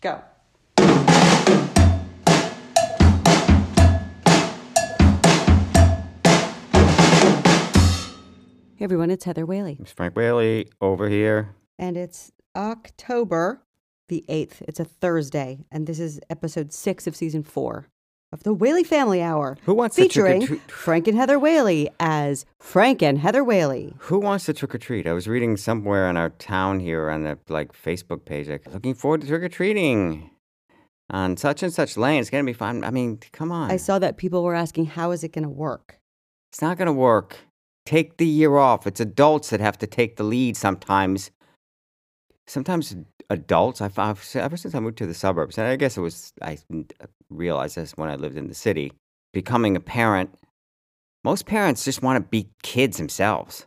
Go. Hey everyone, it's Heather Whaley, It's Frank Whaley over here. and it's October the 8th. It's a Thursday, and this is episode six of season four of the Whaley Family Hour. Who wants to trick Featuring or treat? Frank and Heather Whaley as Frank and Heather Whaley. Who wants to trick or treat? I was reading somewhere in our town here on the like Facebook page, like looking forward to trick or treating on such and such lane. It's gonna be fun. I mean, come on, I saw that people were asking, how is it going to work? it's not gonna work. Take the year off. It's adults that have to take the lead sometimes. Sometimes adults. I've, I've ever since I moved to the suburbs, and I guess it was I realized this when I lived in the city. Becoming a parent, most parents just want to be kids themselves.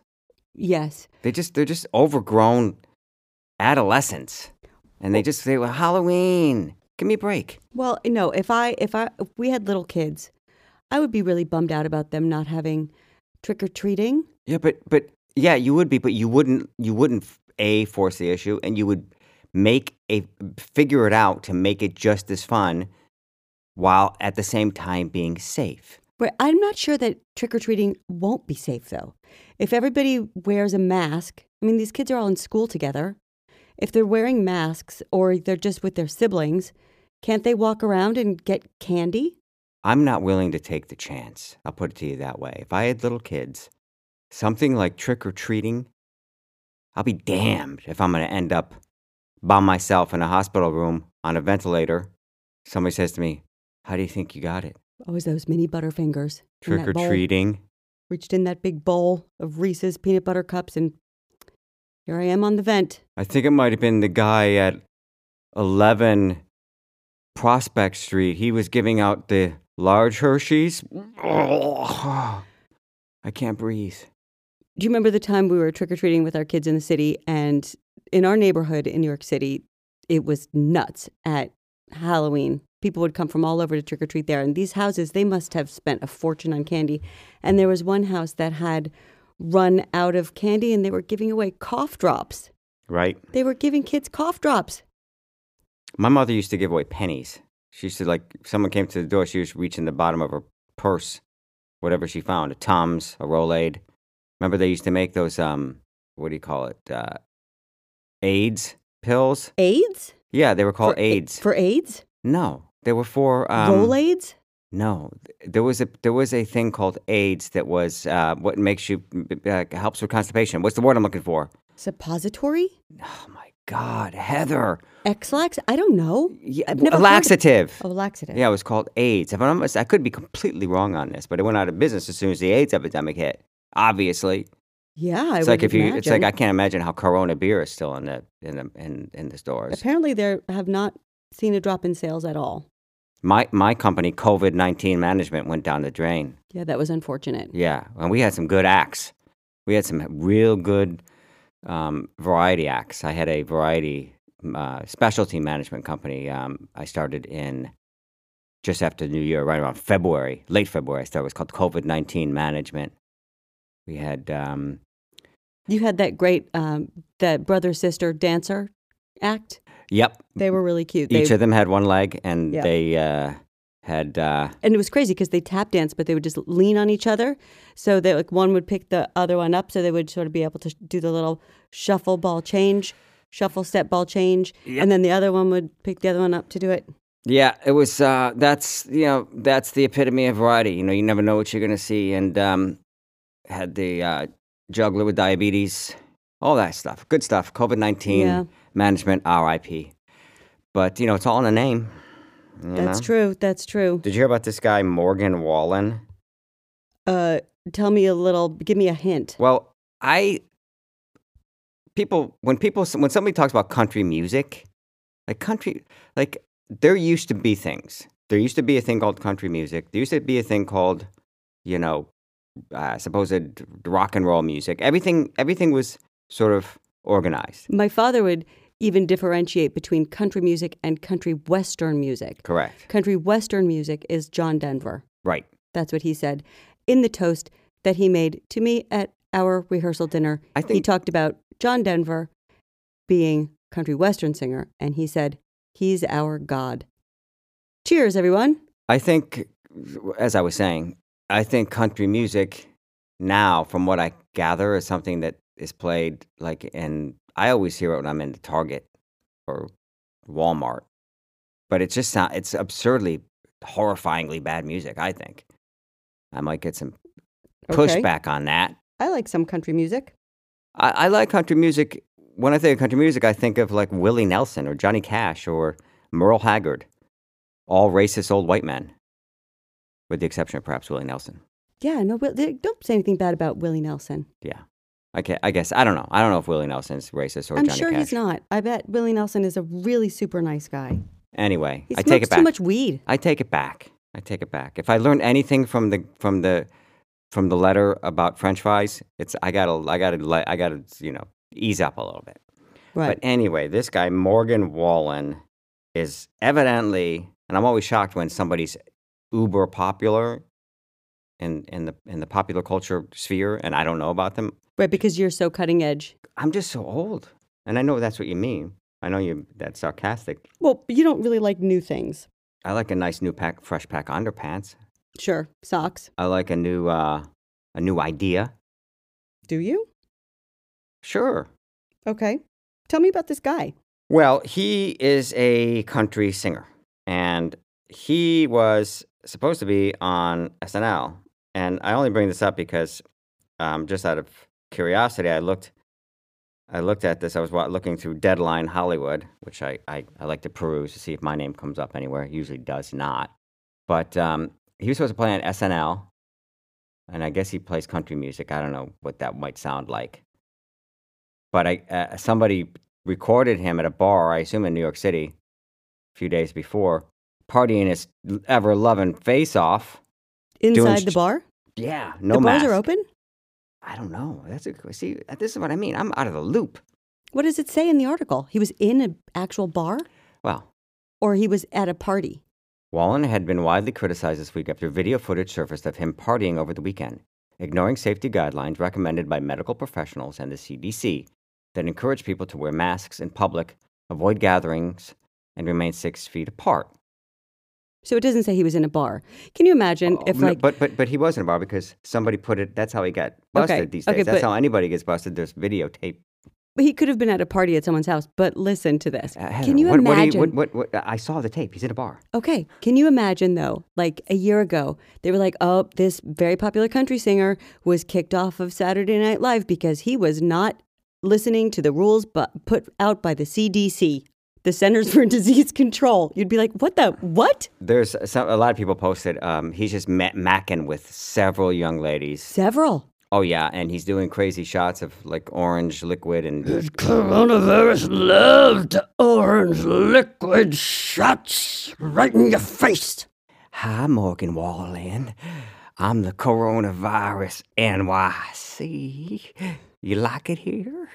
Yes. They just they're just overgrown adolescents, and they just say, "Well, Halloween, give me a break." Well, you know, if I if I if we had little kids, I would be really bummed out about them not having trick or treating. Yeah, but but yeah, you would be, but you wouldn't you wouldn't a force the issue, and you would make a figure it out to make it just as fun, while at the same time being safe. But I'm not sure that trick or treating won't be safe though. If everybody wears a mask, I mean these kids are all in school together. If they're wearing masks or they're just with their siblings, can't they walk around and get candy? I'm not willing to take the chance. I'll put it to you that way. If I had little kids, something like trick or treating, I'll be damned if I'm going to end up by myself in a hospital room on a ventilator. Somebody says to me, How do you think you got it? Always those mini butterfingers. in Trick that or bowl. treating? Reached in that big bowl of Reese's peanut butter cups and here I am on the vent. I think it might have been the guy at 11 Prospect Street. He was giving out the large Hershey's. I can't breathe. Do you remember the time we were trick or treating with our kids in the city? And in our neighborhood in New York City, it was nuts at Halloween. People would come from all over to trick or treat there. And these houses, they must have spent a fortune on candy. And there was one house that had run out of candy and they were giving away cough drops. Right? They were giving kids cough drops. My mother used to give away pennies. She used to like if someone came to the door, she was reaching the bottom of her purse, whatever she found, a Tums, a Rolade. Remember they used to make those um what do you call it? Uh AIDS pills? AIDS? Yeah, they were called For a- AIDS. For AIDS? no. They were for um Rolades? No. Th- There was a there was a thing called AIDS that was uh what makes you uh, helps with constipation. What's the word I'm looking for? Suppository? Oh my god, Heather. X-Lax? I don't know. Yeah, I've never a heard of- laxative. Oh, laxative. Yeah, it was called AIDS. If I'm, not mis- I could be completely wrong on this, but it went out of business as soon as the AIDS epidemic hit. Obviously, Yeah, I it's like if would you, it's like imagine. I can't imagine how Corona beer is still in the in the in, in the stores. Apparently, they have not seen a drop in sales at all. My my company, COVID nineteen management, went down the drain. Yeah, that was unfortunate. Yeah, and we had some good acts. We had some real good um, variety acts. I had a variety uh, specialty management company. Um, I started in just after New Year, right around February, late February. I started. It was called COVID nineteen management. We had um, You had that great um, that brother sister dancer act. yep. They were really cute. They, Each of them had one leg, and Yeah. they uh, had uh, and it was crazy because they tap dance, but they would just lean on each other, so that like one would pick the other one up, so they would sort of be able to sh- do the little shuffle ball change, shuffle step ball change, Yep. and then the other one would pick the other one up to do it. Yeah, it was. Uh, that's you know that's the epitome of variety. You know, you never know what you're gonna see. And um, had the uh, juggler with diabetes, all that stuff. Good stuff. COVID nineteen Yeah. management, R.I.P. But you know, it's all in the name. you That's know? true. That's true. Did you hear about this guy Morgan Wallen? Uh, tell me a little. Give me a hint. Well, I people when people when somebody talks about country music, like country like there used to be things. There used to be a thing called country music. There used to be a thing called, you know, uh, supposed rock and roll music. Everything everything was sort of organized. My father would even differentiate between country music and country western music. Correct. Country western music is John Denver. Right. That's what he said in the toast that he made to me at our rehearsal dinner. I he think- talked about John Denver being country western singer and he said He's our God. Cheers, everyone. I think, as I was saying, I think country music now, from what I gather, is something that is played like in. I always hear it when I'm in the Target or Walmart, but it's just not. It's absurdly, horrifyingly bad music. I think I might get some Okay. pushback on that. I like some country music. I, I like country music. When I think of country music, I think of like Willie Nelson or Johnny Cash or Merle Haggard, all racist old white men, with the exception of perhaps Willie Nelson. Yeah, no, Will- they- don't say anything bad about Willie Nelson. Yeah. Okay. I guess I don't know. I don't know if Willie Nelson's racist or Oh, I'm Johnny sure Cash. he's not. I bet Willie Nelson is a really super nice guy. Anyway, He I smokes take it back. too much weed. I take it back. I take it back. If I learned anything from the from the from the letter about French fries, it's I gotta I gotta li- I gotta you know ease up a little bit. Right. But anyway, this guy Morgan Wallen is evidently, and I'm always shocked when somebody's uber popular in in the in the popular culture sphere, and I don't know about them. right, because you're so cutting edge. I'm just so old, and I know that's what you mean. I know you that's sarcastic. Well, you don't really like new things. I like a nice new pack, fresh pack of underpants. Sure, socks. I like a new uh, a new idea. Do you? Sure. Okay. Tell me about this guy. Well, he is a country singer, and he was supposed to be on SNL. And I only bring this up because, um, just out of curiosity, I looked, I looked at this. I was wa- looking through Deadline Hollywood, which I, I, I like to peruse to see if my name comes up anywhere. It usually does not. But um, he was supposed to play on SNL, and I guess he plays country music. I don't know what that might sound like. But I, uh, somebody recorded him at a bar, I assume in New York City, a few days before, partying his ever loving face off. Inside sh- the bar? Yeah, no the bars mask. are open? I don't know. That's a, see, this is what I mean. I'm out of the loop. What does it say in the article? He was in an actual bar Well, or he was at a party? Wallen had been widely criticized this week after video footage surfaced of him partying over the weekend, ignoring safety guidelines recommended by medical professionals and the CDC that encourage people to wear masks in public, avoid gatherings, and remain six feet apart. So it doesn't say he was in a bar. Can you imagine Oh, if, no, like, but but but he was in a bar because somebody put it. That's how he got busted Okay, these days. okay, that's but- how anybody gets busted. There's videotape. he could have been at a party at someone's house, but listen to this. Uh, Heather, Can you what, what do imagine? What, what, what, I saw the tape. He's in a bar. Okay. Can you imagine though? Like a year ago, they were like, "Oh, this very popular country singer was kicked off of Saturday Night Live because he was not listening to the rules but put out by the CDC, the Centers for Disease Control." You'd be like, "What the what? There's some, a lot of people posted. Um, he's just ma- macking with several young ladies. Several Oh yeah, and he's doing crazy shots of like orange liquid and Coronavirus loved orange liquid shots right in your face. Hi, Morgan Wallen. I'm the coronavirus NYC. You like it here?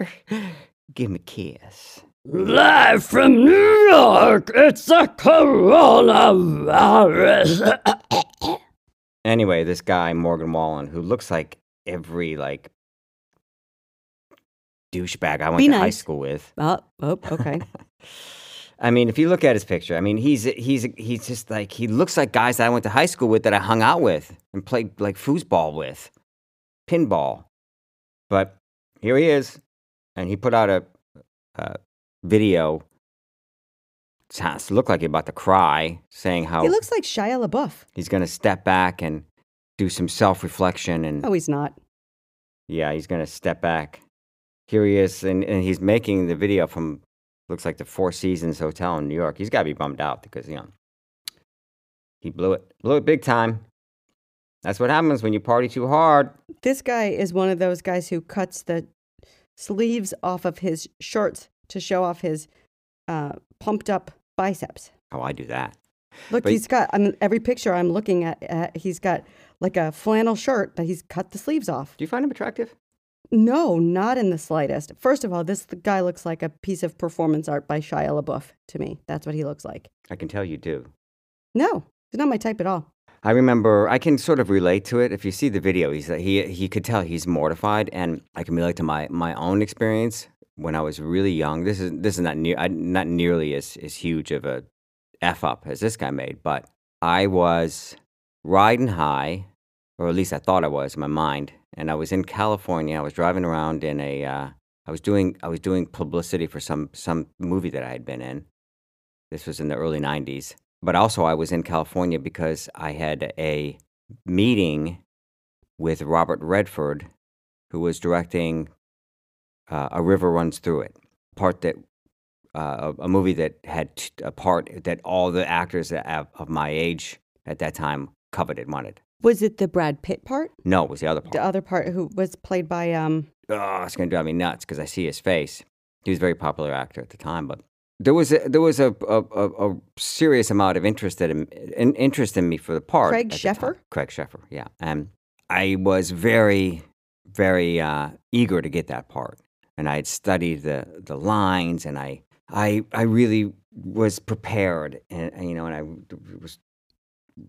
Give me a kiss. Live from New York, it's the coronavirus. anyway, this guy Morgan Wallen, who looks like every like douchebag I went Be to high nice. school with. oh, oh, okay. I mean, if you look at his picture, I mean, he's he's he's just like he looks like guys that I went to high school with that I hung out with and played like foosball with, pinball. But here he is, and he put out a, a video. Sounds looked like he about to cry, saying how He looks like Shia LaBeouf. he's going to step back and do some self-reflection and Oh, he's not. yeah he's going to step back here he is and, and he's making the video from looks like the four seasons hotel in new york he's got to be bummed out because you know he blew it blew it big time that's what happens when you party too hard This guy is one of those guys who cuts the sleeves off of his shorts to show off his uh, pumped up biceps. oh i do that Look, But- he's got on every picture I'm looking at, at. He's got like a flannel shirt that he's cut the sleeves off. do you find him attractive No, not in the slightest. First of all, this guy looks like a piece of performance art by Shia LaBeouf to me. That's what he looks like. i can tell you do No, he's not my type at all. I remember I can sort of relate to it. If you see the video, he's he he could tell he's mortified, and I can relate to my my own experience when I was really young. This is this is not near I, not nearly as as huge of a f up as this guy made, but I was riding high, or at least I thought I was in my mind, and I was in California. I was driving around in a uh, I was doing I was doing publicity for some some movie that I had been in. This was in the early '90s, but also I was in California because I had a meeting with Robert Redford, who was directing uh, "A River Runs Through It," part that uh, a, a movie that had t- a part that all the actors that have, of my age at that time coveted wanted. Was it the Brad Pitt part? No, it was the other part. The other part who was played by um oh, it's gonna drive me nuts because I see his face. He was a very popular actor at the time, but there was a, there was a, a, a, a serious amount of interest in, in interest in me for the part. Craig at the time. Sheffer? Craig Sheffer, yeah, and I was very very uh, eager to get that part, and I had studied the the lines, and I I I really was prepared, and and, you know, and I was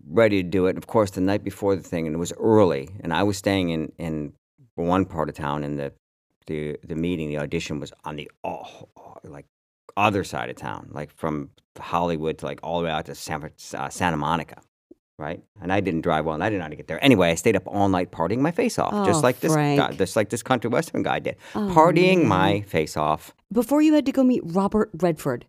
ready to do it. And of course, the night before the thing, and it was early, and I was staying in in one part of town, and the the the meeting, the audition was on the oh, oh, like other side of town, like from Hollywood to like all the way out to San, Fran- uh, Santa Monica, right? And I didn't drive well, and I didn't know how to get there. Anyway, I stayed up all night partying my face off, Oh, just like this guy, Frank. just like this country western guy did, Oh, partying man. my face off. Before you had to go meet Robert Redford.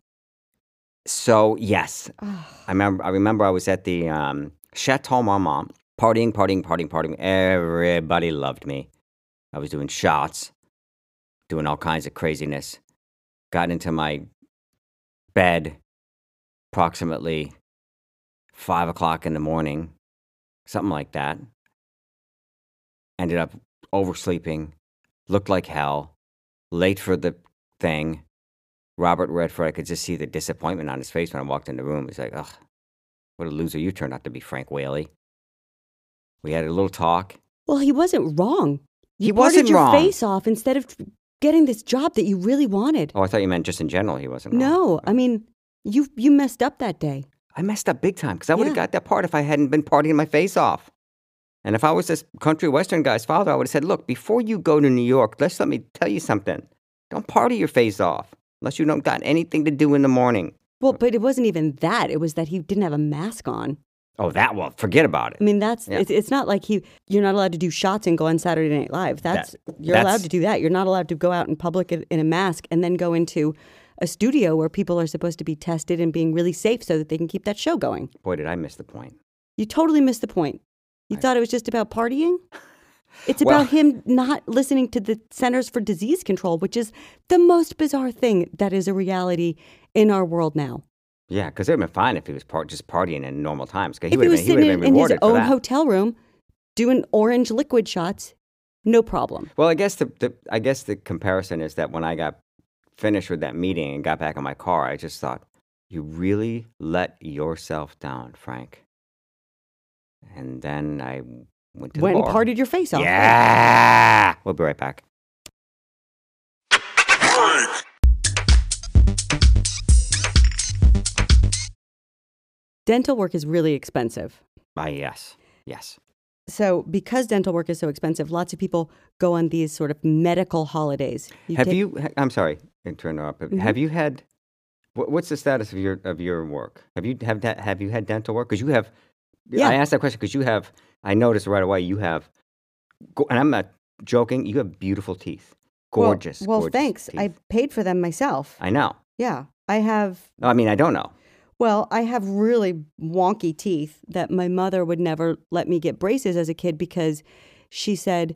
So yes, Ah. I remember. I remember I was at the um, Chateau Marmont, partying, partying, partying, partying. Everybody loved me. I was doing shots, doing all kinds of craziness. Got into my bed approximately five o'clock in the morning, something like that. Ended up oversleeping, looked like hell, late for the thing. Robert Redford, I could just see the disappointment on his face when I walked in the room. He's like, ugh, what a loser you turned out to be, Frank Whaley. We had a little talk. Well, he wasn't wrong. You He parted wasn't your wrong. face off instead of getting this job that you really wanted. Oh, I thought you meant just in general he wasn't. wrong. No, I mean you you messed up that day. I messed up big time because I would have Yeah. got that part if I hadn't been partying my face off. And if I was this country western guy's father, I would have said, look, before you go to New York, let's let me tell you something. Don't party your face off unless you don't got anything to do in the morning. Well, but it wasn't even that. It was that he didn't have a mask on. Oh, that well, forget about I it. mean, that's Yeah. it's, it's not like he you're not allowed to do shots and go on Saturday Night Live. That's you're that's- allowed to do that. You're not allowed to go out in public in, in a mask and then go into a studio where people are supposed to be tested and being really safe so that they can keep that show going. Boy, did I miss the point. You totally missed the point. You thought it was just about partying? It's Well- about him not listening to the Centers for Disease Control, which is the most bizarre thing that is a reality in our world now. Yeah, because it would have been fine if he was part, just partying in normal times. 'cause He if would he have was been, he sitting would've in, been in his rewarded for own that. hotel room doing orange liquid shots, no problem. Well, I guess the, the I guess the comparison is that when I got finished with that meeting and got back in my car, I just thought, "You really let yourself down, Frank." And then I went to Went the bar. and partied your face off. Yeah, we'll be right back. Dental work is really expensive. Ah, yes, yes. So, because dental work is so expensive, lots of people go on these sort of medical holidays. have take- you? ha- I'm sorry to interrupt. But Mm-hmm. Have you had? wh- What's the status of your of your work? Have you have de- have you had dental work? Because you have. Yeah. I asked that question because you have. I noticed right away you have, go- and I'm not joking. You have beautiful teeth, well- gorgeous. Well, gorgeous thanks. I teeth. paid for them myself. I know. yeah. I have No, I mean I don't know. well, I have really wonky teeth. that my mother would never let me get braces as a kid because she said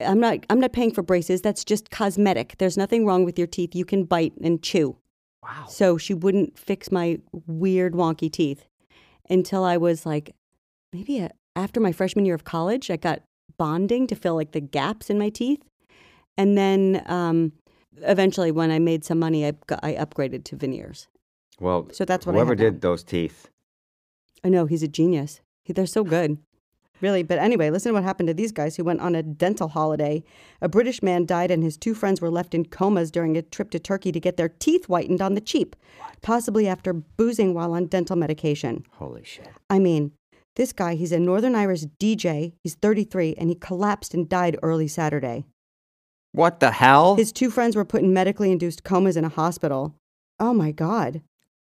I'm not I'm not paying for braces that's just cosmetic there's nothing wrong with your teeth you can bite and chew Wow. so she wouldn't fix my weird wonky teeth until I was like maybe a, after my freshman year of college I got bonding to fill like the gaps in my teeth and then um eventually when I made some money I got, I upgraded to veneers Well, So that's what I whoever had did on. those teeth. I know he's a genius He- they're so good Really, but anyway, listen to what happened to these guys who went on a dental holiday. A British man died, and his two friends were left in comas during a trip to Turkey to get their teeth whitened on the cheap, possibly after boozing while on dental medication. Holy shit. I mean, this guy, he's a Northern Irish DJ, he's 33, and he collapsed and died early Saturday. What the hell? His two friends were put in medically induced comas in a hospital. Oh my God.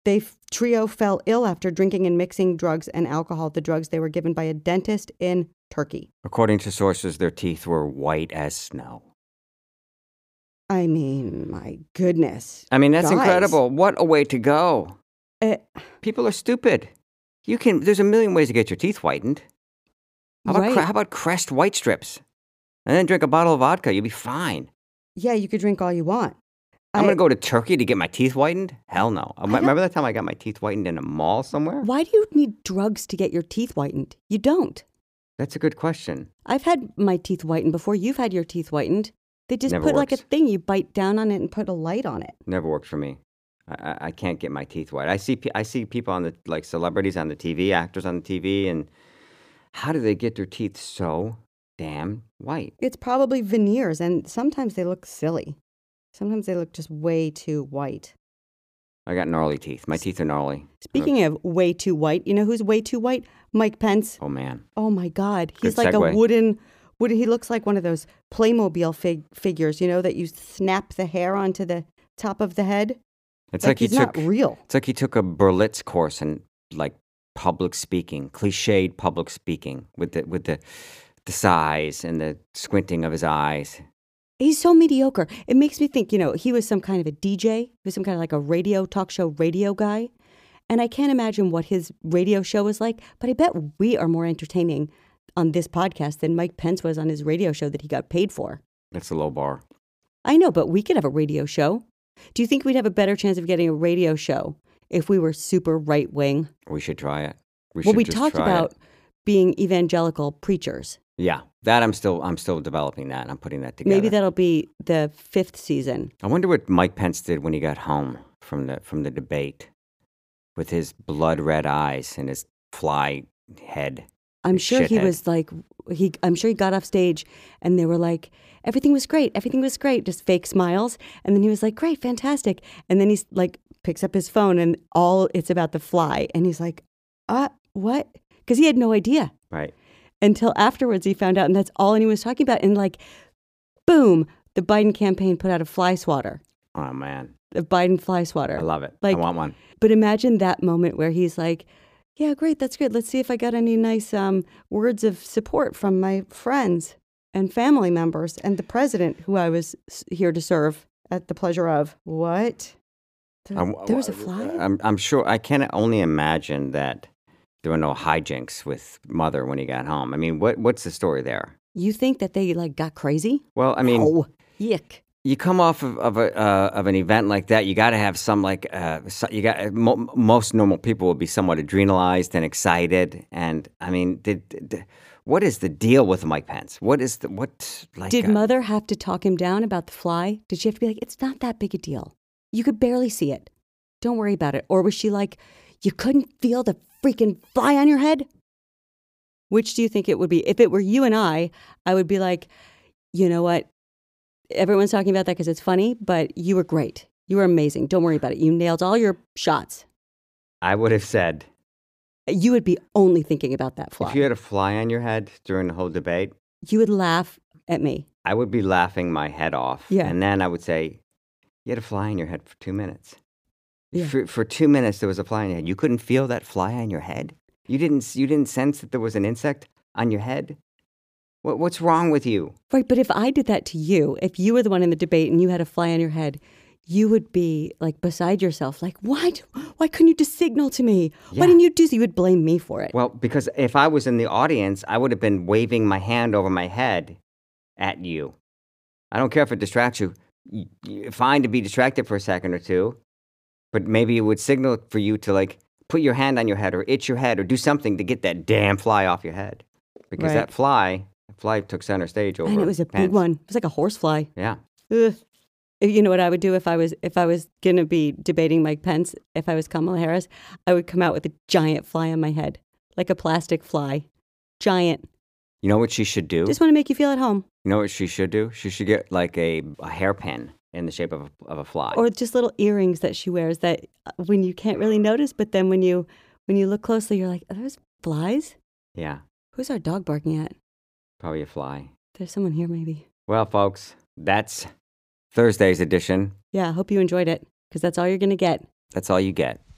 They f- trio fell ill after drinking and mixing drugs and alcohol, the drugs they were given by a dentist in Turkey. According to sources, their teeth were white as snow. I mean, my goodness. I mean, that's Guys. incredible. What a way to go. Eh, People are stupid. You can. There's a million ways to get your teeth whitened. How about, Right. cre- how about Crest White Strips? And then drink a bottle of vodka. You'll be fine. yeah, you could drink all you want. I'm I- gonna go to Turkey to get my teeth whitened. Hell no. I me- remember that time I got my teeth whitened in a mall somewhere? Why do you need drugs to get your teeth whitened? You don't. That's a good question. I've had my teeth whitened before. You've had your teeth whitened. They just Never put like a works. thing you bite down on it and and put a light on it. Never worked for me. I, I, I can't get my teeth white. I see pe- I see people on the like celebrities on the TV, actors on the TV, and how do they get their teeth so damn white? It's probably veneers, and sometimes they look silly. Sometimes they look just way too white. I got gnarly teeth. My teeth are gnarly. Speaking of way too white, you know who's way too white? Mike Pence. Oh man. Oh my God, he's Good like segue. a wooden, wooden. He looks like one of those Playmobil fig- figures, you know, that you snap the hair onto the top of the head. It's like, like, he's he took not real. it's like he took a Berlitz course in like public speaking, cliched public speaking with the with the the sighs and the squinting of his eyes. He's so mediocre. It makes me think, you know, he was some kind of a DJ, he was some kind of like a radio talk show radio guy. And I can't imagine what his radio show was like, but I bet we are more entertaining on this podcast than Mike Pence was on his radio show that he got paid for. That's a low bar. I know, but we could have a radio show. Do you think we'd have a better chance of getting a radio show if we were super right wing? We should try it. We Well, should we just talked try it. about being evangelical preachers. Yeah, that I'm still I'm still developing that. I'm putting that together. Maybe that'll be the fifth season. I wonder what Mike Pence did when he got home from the from the debate with his blood red eyes and his fly head. I'm Like sure he shithead. was like he I'm sure he got off stage and they were like everything was great, everything was great, just fake smiles and then he was like great, fantastic. And then he's like picks up his phone and all it's about the fly and he's like uh what? Cuz he had no idea Right. until afterwards he found out and that's all anyone was talking about and like boom, the Biden campaign put out a fly swatter, Oh man, the Biden fly swatter. I love it. Like- I want one. But imagine that moment where he's like, "Yeah, great, that's good. Let's see if I got any nice um, words of support from my friends." and family members and the president who I was s- here to serve at the pleasure of. What? There, uh, I w- there was a w- fly. I'm I'm sure. I can only imagine that there were no hijinks with mother when he got home. I mean, what what's the story there? you think that they like got crazy? Well, I mean, oh, yuck! you come off of of, a, uh, of an event like that, you got to have some like uh, so, you got mo- most normal people will be somewhat adrenalized and excited, and I mean, did, did- what is the deal with Mike Pence? What is the what like? Did uh, mother have to talk him down about the fly? Did she have to be like, "It's not that big a deal. You could barely see it. Don't worry about it." Or was she like, "You couldn't feel the freaking fly on your head"? Which do you think it would be? If it were you and I, I would be like, "You know what? Everyone's talking about that because it's funny, but you were great. You were amazing. Don't worry about it. You nailed all your shots." I would have said You would be only thinking about that fly. if you had a fly on your head during the whole debate, you would laugh at me. I would be laughing my head off, Yeah. and then I would say, "You had a fly in your head for two minutes. Yeah. For, for two minutes, there was a fly in your head. You couldn't feel that fly on your head. You didn't. s- You didn't sense that there was an insect on your head. What, what's wrong with you? Right, but if I did that to you, if you were the one in the debate and you had a fly on your head, you would be like beside yourself, like, why, do, why couldn't you just signal to me? Why Yeah. didn't you do so? You would blame me for it. Well, because if I was in the audience, I would have been waving my hand over my head at you. I don't care if it distracts you. Y- y- Fine to be distracted for a second or two, but maybe it would signal for you to like put your hand on your head or itch your head or do something to get that damn fly off your head. Because Right. that fly, that fly took center stage over. and it was a big Pence. one. It was like a horsefly. Yeah. Ugh. You know what I would do if I was if I was gonna be debating Mike Pence, if I was Kamala Harris, I would come out with a giant fly on my head, like a plastic fly, giant. You know what she should do? Just want to make you feel at home, you know what she should do? She should get like a, a hairpin in the shape of a, of a fly. or just little earrings that she wears that uh, when you can't really notice, but then when you when you look closely, you're like, are those flies? yeah, Who's our dog barking at? probably a fly. There's someone here, maybe. Well, folks, That's Thursday's edition. Yeah, I hope you enjoyed it because that's all you're going to get. That's all you get.